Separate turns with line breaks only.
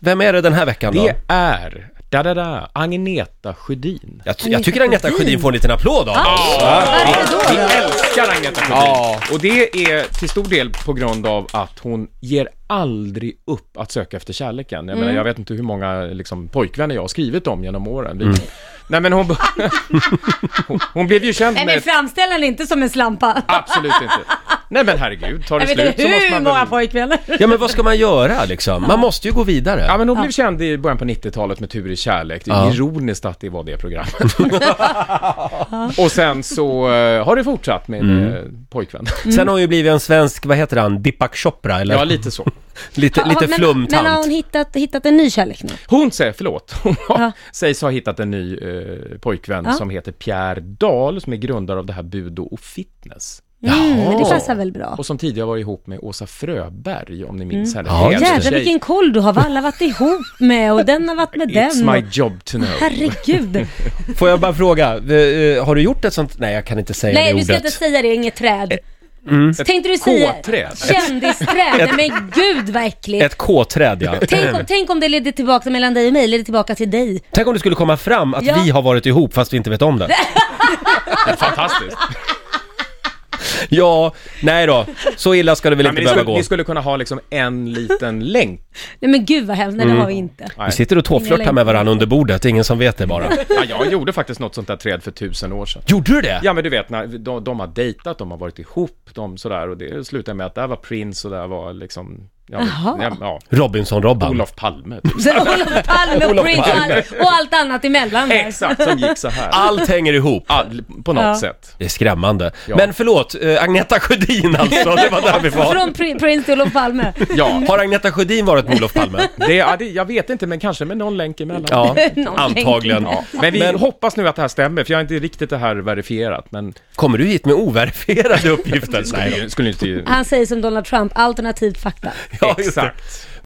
Vem är det den här veckan då?
Det är, da da da, Agneta Sjödin.
Jag, ty- jag tycker Agneta Sjödin får en liten applåd av oss.
Varför då?
Vi älskar Agneta Sjödin.
Ja.
Och det är till stor del på grund av att hon ger aldrig upp att söka efter kärleken. Jag, menar,
Mm.
jag vet inte hur många liksom, pojkvänner jag har skrivit om genom åren. Vi, Nej men hon, hon, hon blev ju känd
Nej
med...
men framställ henne inte som en slampa.
Absolut inte. Nej men herregud, tar det
Jag vet
slut
inte
så måste
hur
man
många
väl...
pojkvänner.
Ja men vad ska man göra liksom? Man måste ju gå vidare.
Ja men hon blev känd i början på 90-talet med Tur i kärlek. Det är
Ja.
ironiskt att det var det programmet. och sen så eh, har det fortsatt med mm. pojkvän.
Sen har hon ju blivit en svensk, vad heter han, Dipak Chopra eller?
Ja, lite så.
Lite, lite
men,
flumtant.
Men har hon hittat, hittat en ny kärlek nu?
Hon säger, förlåt, hon har,
Ja.
sägs ha hittat en ny eh, pojkvän
Ja.
som heter Pierre Dahl som är grundare av det här Budo och Fitness.
Mm, men det
Jaha.
passar väl bra?
Och som tidigare var ihop med Åsa Fröberg, om ni minns henne.
Ja,
Helt
just det.
Jädrar
tjej.
vilken koll du har, vad alla varit ihop med och den har varit med den.
It's my
och-
job to know.
Herregud.
Får jag bara fråga, eh, eh, har du gjort ett sånt, nej jag kan inte säga
Nej
det
du ska
ordet.
inte säga det, inget träd. Tänkte du säga
mm. K-träd.
kändisträd? Nej, men gud vad äckligt.
Ett K-träd ja.
Tänk om, tänk om det ledde tillbaka mellan dig och mig, ledde tillbaka till dig.
Tänk om det skulle komma fram att
Ja.
vi har varit ihop fast vi inte vet om det.
Fantastiskt.
Ja, nej då. Så illa ska det väl
Ja,
inte
men ni,
behöva
skulle,
gå.
ni skulle kunna ha liksom en liten länk.
Nej men gud vad hemskt, nej
Mm.
det har vi inte.
Vi sitter och tåflörtar med varandra under bordet, ingen som vet det bara.
Ja, jag gjorde faktiskt något sånt där träd för tusen år sedan.
Gjorde du det?
Ja men du vet, när de, de har dejtat, de har varit ihop, de sådär och det slutade med att där var Prince och där var liksom, ja,
Jaha.
ja, ja
Robinson-Robban.
Olof Palme. typ.
Så Olof Palme och Prince och allt- och allt annat emellan där.
Exakt, som gick så här.
Allt hänger ihop.
All, på något
Ja.
sätt.
Det är skrämmande.
Ja.
Men förlåt, eh, Agneta Sjödin alltså, det var där vi var.
Från Pri- Prince till Olof Palme.
Ja,
Har Agneta Sjödin varit med Olof Palme?
det, ja, det, jag vet inte, men kanske med någon länk emellan.
Ja,
Någon
antagligen.
Ja. Men vi
Men-
hoppas nu att det här stämmer, för jag har inte riktigt det här verifierat. Men
Kommer du hit med overifierade uppgifter?
skulle, skulle inte...
Han säger som Donald Trump, alternativt fakta.
Ja, just det.
Exakt.